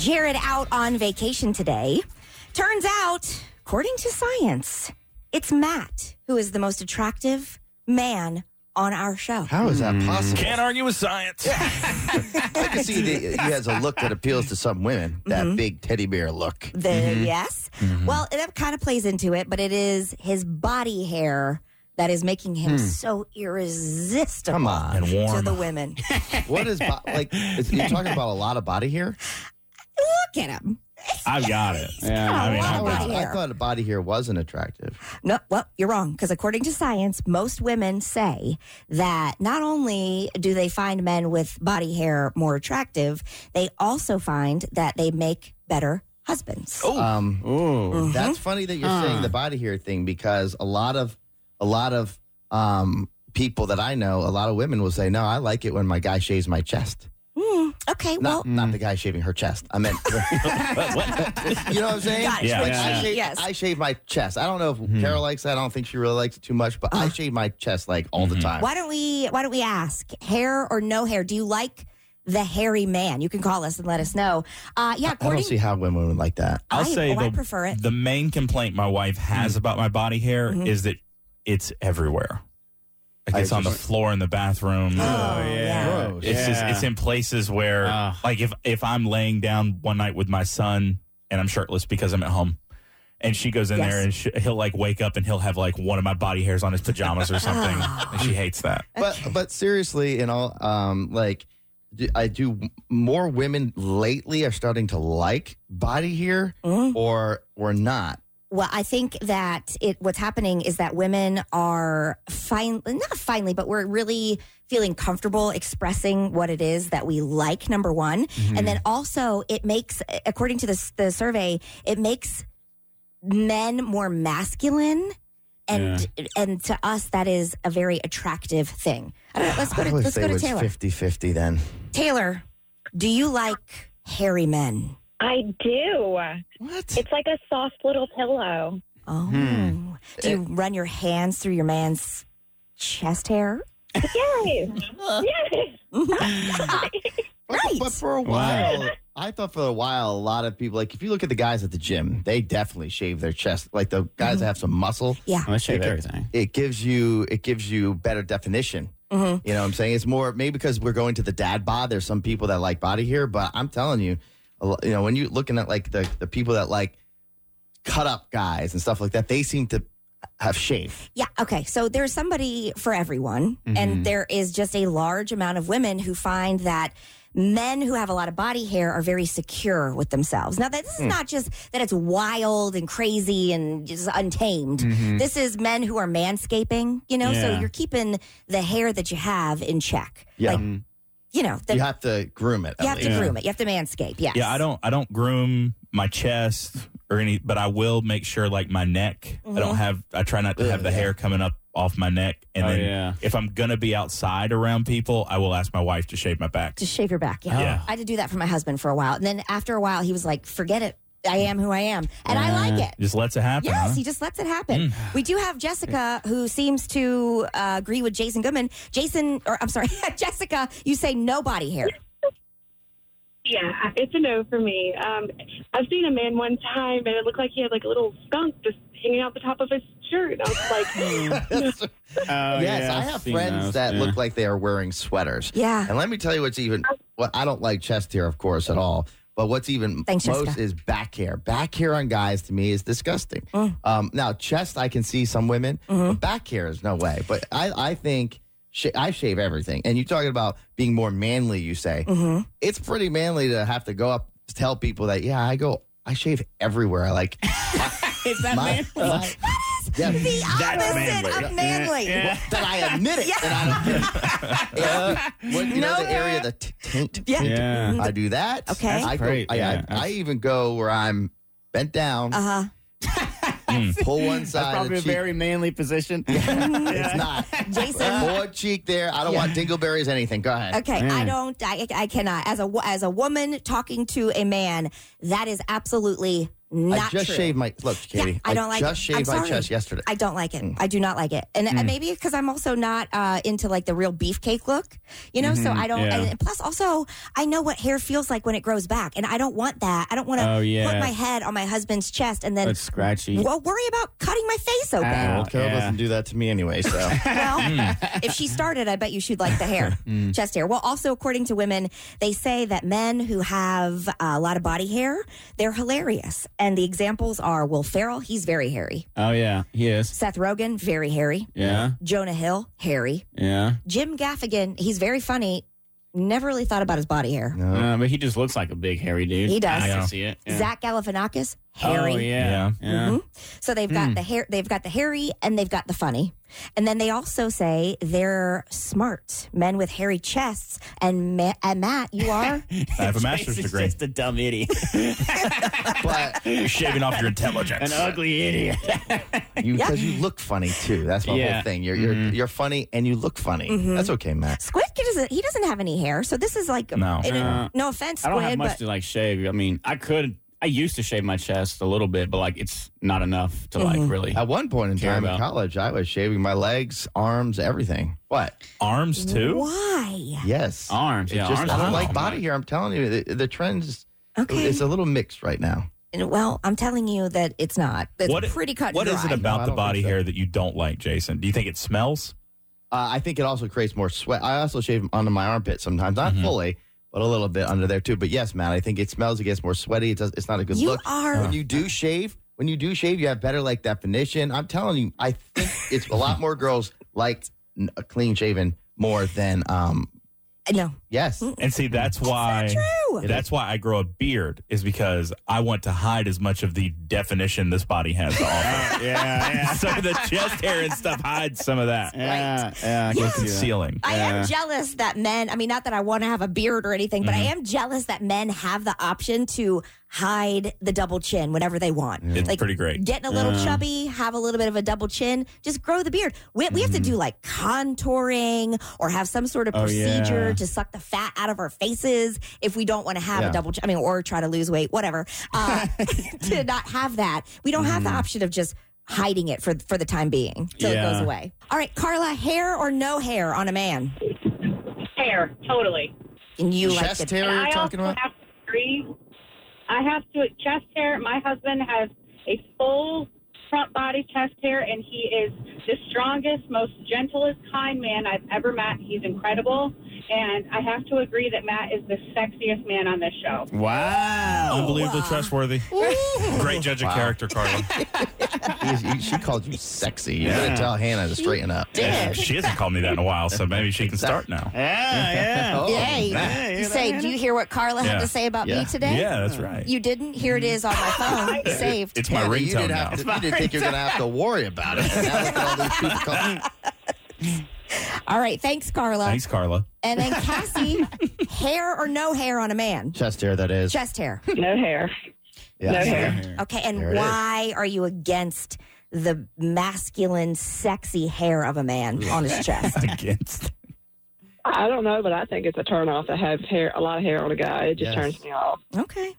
Jared out on vacation today. Turns out, according to science, it's Matt who is the most attractive man on our show. How is that possible? Can't argue with science. I can see that he has a look that appeals to some women. That Mm-hmm. big teddy bear look. The yes. Mm-hmm. Well, that kind of plays into it, but it is his body hair that is making him so irresistible Hmm. Come on. And warm. to the women. What is bo- like? Is, you're talking about a lot of body hair. Look at him. I've got it. Yeah, I I mean, mean, Oh, Wow. I'm- I, I'm, was- Body I hair. thought a body hair wasn't attractive. No, well, you're wrong because according to science, most women say that not only do they find men with body hair more attractive, they also find that they make better husbands. Oh, Mm-hmm. Um, Mm-hmm. ooh, That's funny that you're Huh. saying the body hair thing because a lot of a lot of um, people that I know, a lot of women will say, "No, I like it when my guy shaves my chest." Mm, okay, well, Not not the guy shaving her chest. I meant, Uh, you know what I'm saying? Got it. Like, Yeah, I yeah. Hmm. shave, Yes. I shave my chest. I don't know if Carol likes that. I don't think she really likes it too much, but I shave my chest like all Hmm. the time. Why don't we why don't we ask hair or no hair? Do you like the hairy man? You can call us and let us know. Uh, yeah, I don't according see how women would like that. I'll I- say oh, the, I prefer it. Hmm. the main complaint my wife has about my body hair Mhm. is that it's everywhere. Like I it's on the just- floor in the bathroom. Oh, yeah. Gross. It's just it's in places where Ugh. like if if I'm laying down one night with my son and I'm shirtless because I'm at home and she goes in Yes. there and she, he'll like wake up and he'll have like one of my body hairs on his pajamas or something and she hates that. But but seriously, and all um like do- I do more women lately are starting to like body hair Mm. or or not. Well, I think that it what's happening is that women are fine not finally, but we're really feeling comfortable expressing what it is that we like number one. And Mm-hmm. then also it makes according to this the survey, it makes men more masculine and and to us that is a very attractive thing. I don't know, let's go I to would let's say go it to was Taylor. 50-50 then. Taylor, do you like hairy men? I do. What? It's like a soft little pillow. Oh. Do you run your hands through your man's chest hair? Yes. yes. But for a while, I thought for a while a lot of people like if you look at the guys at the gym, they definitely shave their chest. Like the guys Mm-hmm. that have some muscle, I shaved everything. it gives you it gives you better definition. Mhm. You know what I'm saying? It's more maybe because we're going to the dad bod. There's some people that like body hair, but I'm telling you, a lo- you know, when you're looking at like the the people that like cut up guys and stuff like that, they seem to have shave. Yeah, okay. So there's somebody for everyone. And there is just a large amount of women who find that men who have a lot of body hair are very secure with themselves. Now, that this is not just that it's wild and crazy and just untamed. This is men who are manscaping, you know? So Mm-hmm. Yeah. you're keeping the hair that you have in check. Yeah. Like, Um, you know, the, you have to groom it. at you have to least. Yeah. groom it. You have to manscape. Yes. Yeah, I don't I don't groom my chest or any, but I will make sure like my neck. I Mm-hmm. don't have. I try not to have the hair coming up off my neck, and Oh, then yeah. if I'm gonna be outside around people, I will ask my wife to shave my back. Just shave your back. Yeah. Yeah. I had to do that for my husband for a while. And then after a while, he was like, forget it. I am who I am. And I like it. Just lets it happen. Yes, huh? he just lets it happen. We do have Jessica who seems to uh, agree with Jason Goodman. Jason, or I'm sorry, Jessica, you say no body hair. Yeah, it's a no for me. Um, I've seen a man one time, and it looked like he had like a little skunk just hanging out the top of his shirt. And I was like, Hmm. Oh, yes, yeah, I I've have seen friends those, that yeah. look like they are wearing sweaters. Yeah. And let me tell you what's even well, I don't like chest hair, of course, at all. But what's even Thanks, most Jessica. is back hair. Back hair on guys to me is disgusting. Mm. Um, now chest, I can see some women, Mhm. but back hair is no way. But I, I think sh- I shave everything. And you're talking about being more manly. You say Mm-hmm. it's pretty manly to have to go up tell people that yeah, I go, I shave everywhere. I like Is that my, man? my- Yeah. The That's opposite manly. of manly. Yeah. that I admit it. That I, yeah. What- you know Uh, No the area, the t- taint. Yeah. taint. Yeah. I do that. Okay. That's I, go, great, I, I- yeah. I, even go where I'm bent down, Uh huh. Mm. pull one That's side of probably the a cheek. very manly position. uh, it's not. Mm-hmm. Jason. Pull a cheek there. I don't want dingleberries, anything. Go ahead. Okay, I Man. don't. I, I cannot. As a wo- as a woman talking to a man, that is absolutely Not I just true. shaved my look, Katie. I don't like just it. I'm shaved my sorry. chest yesterday. I don't like it. Mm. I do not like it, and uh, maybe because I'm also not uh, into like the real beefcake look, you know. So I don't. Mm-hmm. yeah. And plus, also, I know what hair feels like when it grows back, and I don't want that. I don't want to Oh, yeah. put my head on my husband's chest and then That's scratchy. well, worry about cutting my face open. Ow. Ah, well, Carol Yeah. doesn't do that to me anyway, so Ah. Well, Mm. if she started, I bet you she'd like the hair, chest hair. Well, also, according to women, they say that men who have uh, a lot of body hair, they're hilarious. And the examples are Will Ferrell, he's very hairy. Oh yeah, he is. Seth Rogen, very hairy. Yeah, Jonah Hill, hairy. yeah. Jim Gaffigan, he's very funny. Never really thought about his body hair. no. Uh, but he just looks like a big hairy dude. He does. I can see it. Yeah. Zach Galifianakis, hairy. Oh yeah, yeah. Hmm. Mhm. Mm-hmm. So they've got the hair, they've got the hairy, and they've got the funny, and then they also say they're smart men with hairy chests. And, Ma- and Matt, you are I have a master's Jason's degree. Just a dumb idiot, but You're shaving off your intelligence. an ugly idiot. you because you look funny too. That's my Yeah. whole thing. You're you're you're funny and you look funny. Mm-hmm. That's okay, Matt. Squid. Doesn't he doesn't have any hair? So this is like No. it- No. Uh-huh. no offense, I Squid, don't have much but to like shave. I mean, I could. I used to shave my chest a little bit, but like it's not enough to like really. At one point in Care time in about. college, I was shaving my legs, arms, everything. What? Arms too. why? Yes. Arms, It yeah, just, arms. I are don't like long, body man. hair. I'm telling you, the, the trends. Okay. It's a little mixed right now. And, well, I'm telling you that it's not. That's What- pretty cut. and What is dry. it about No, I the don't body think so. hair that you don't like, Jason? Do you think it smells? Uh, I think it also creates more sweat. I also shave under my armpit sometimes, Mm-hmm. not fully, but a little bit under there too. But yes, Matt, I think it smells. It gets more sweaty. It does, it's not a good You look. are- when you do shave. When you do shave, you have better like definition. I'm telling you, I think it's a lot more girls like n- uh, clean shaven more than um. No, Yes, And see, that's why. true. That's why I grow a beard is because I want to hide as much of the definition this body has to offer. Yeah, yeah, some of the chest hair and stuff hides some of that. yeah. yeah, I can see that. Concealing. I Yeah. am jealous that men, I mean, not that I want to have a beard or anything, but I am jealous that men have the option to hide the double chin whenever they want. It's pretty great. Getting a little chubby, have a little bit of a double chin, just grow the beard. We, we have to do like contouring or have some sort of Oh, yeah. procedure to suck the fat out of our faces if we don't want to have Yeah. a double chin. I mean, or try to lose weight, whatever. Uh, to not have that, we don't have the Mm-hmm. option of just hiding it for for the time being till Yeah. it goes away. All right, Carla, hair or no hair on a man? Hair, totally. And you chest like the, hair. I You're talking also about. have to agree. I have to chest hair. My husband has a full front body chest hair, and he is the strongest, most gentlest, kind man I've ever met. He's incredible, and I have to agree that Matt is the sexiest man on this show. Wow. Unbelievably trustworthy. Great judge of Wow. character, Carla. He's- he- she called you sexy. You Yeah. better tell Hannah to straighten up. Yeah. she hasn't called me that in a while, so maybe she can start now. Yeah, yeah. Oh, Yay. Matt. yeah, you say, do you hear what Carla had Yeah. to say about Yeah. me today? Yeah, that's right. You didn't? Here it is on my phone, saved. it's my Hannah, you ringtone didn't, now. have to, you didn't think you're going to have to worry about it. Now look at all these people coming. All right, thanks, Carla. Thanks, Carla. And then Cassie, hair or no hair on a man? Chest hair, that is. Chest hair. No hair. Yeah. No hair. Okay, and There it is. why are you against the masculine, sexy hair of a man on his chest? Against. I don't know, but I think it's a turn off to have hair, a lot of hair on a guy. It just Yes. turns me off. Okay.